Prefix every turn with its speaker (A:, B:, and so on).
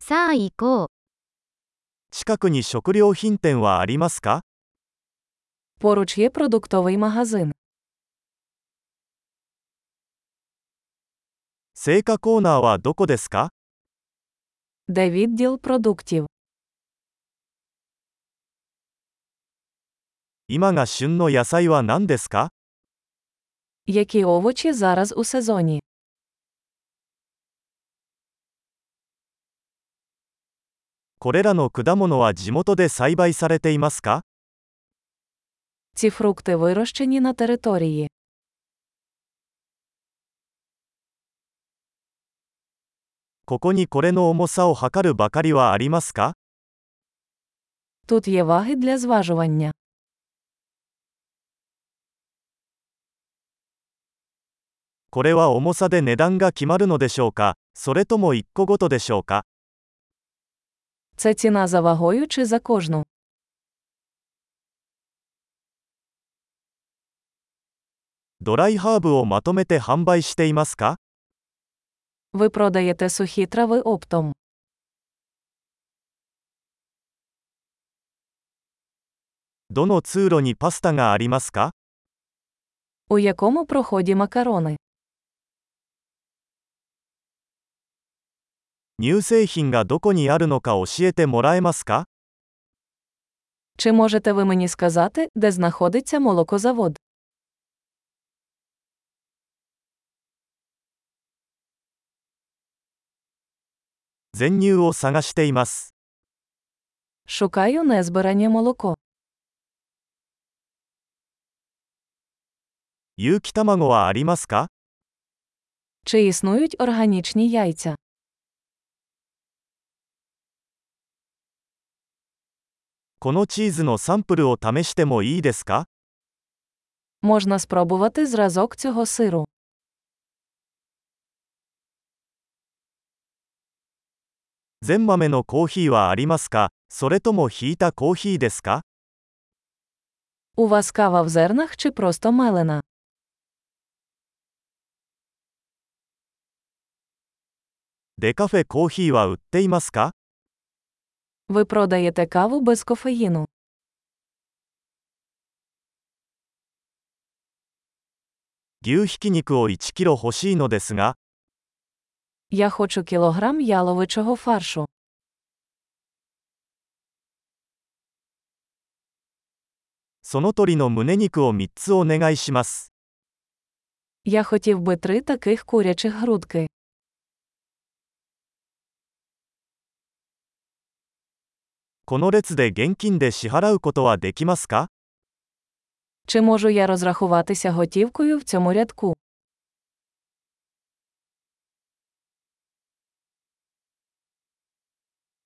A: さあ行こう。
B: 近くに食料品店はありますか
C: Поруч є продуктовий магазин.
B: 青果コーナーはどこですか
C: Де відділ продуктів?
B: 今が旬の野菜は何ですか
C: Які овочі зараз у сезоні?
B: これらの果物は地元で栽培されていますか
C: Ці фрукти вирощені на території.
B: ここにこれの重さを測るばかりはありますか
C: Тут є ваги для зважування.
B: これは重さで値段が決まるのでしょうかそれとも1個ごとでしょうか
C: Це ціна за вагою чи за кожну?
B: ドライハーブをまとめて販売していますか
C: Ви продаєте сухі трави оптом.
B: どの通路にパスタがありますか
C: У якому проході макарони?
B: 乳製品がどこにあるのか教えてもらえますか
C: Чи можете ви мені сказати, де знаходиться молокозавод?
B: 「全乳を探しています」
C: Шукаю незбирання молоко.
B: 「有機卵はありますか
C: Чи існують органічні яйця?
B: このチーズのサンプルを試してもいいですか
C: Можна спробувати зразок цього сиру.
B: 全豆のコーヒーはありますかそれともひいたコーヒーですか
C: У вас кава в зернах чи просто мелена?
B: デカフェコーヒーは売っていますか
C: Ви продаєте каву без кофеїну.
B: 牛ひき肉を1キロ欲しいのですが
C: Я хочу кілограм яловичого фаршу.
B: その鳥の胸肉を3つお願いします
C: Я хотів би три таких курячих грудки.
B: この列で現金で支払うことはできますか
C: Чи можу я розрахуватися готівкою в цьому рядку?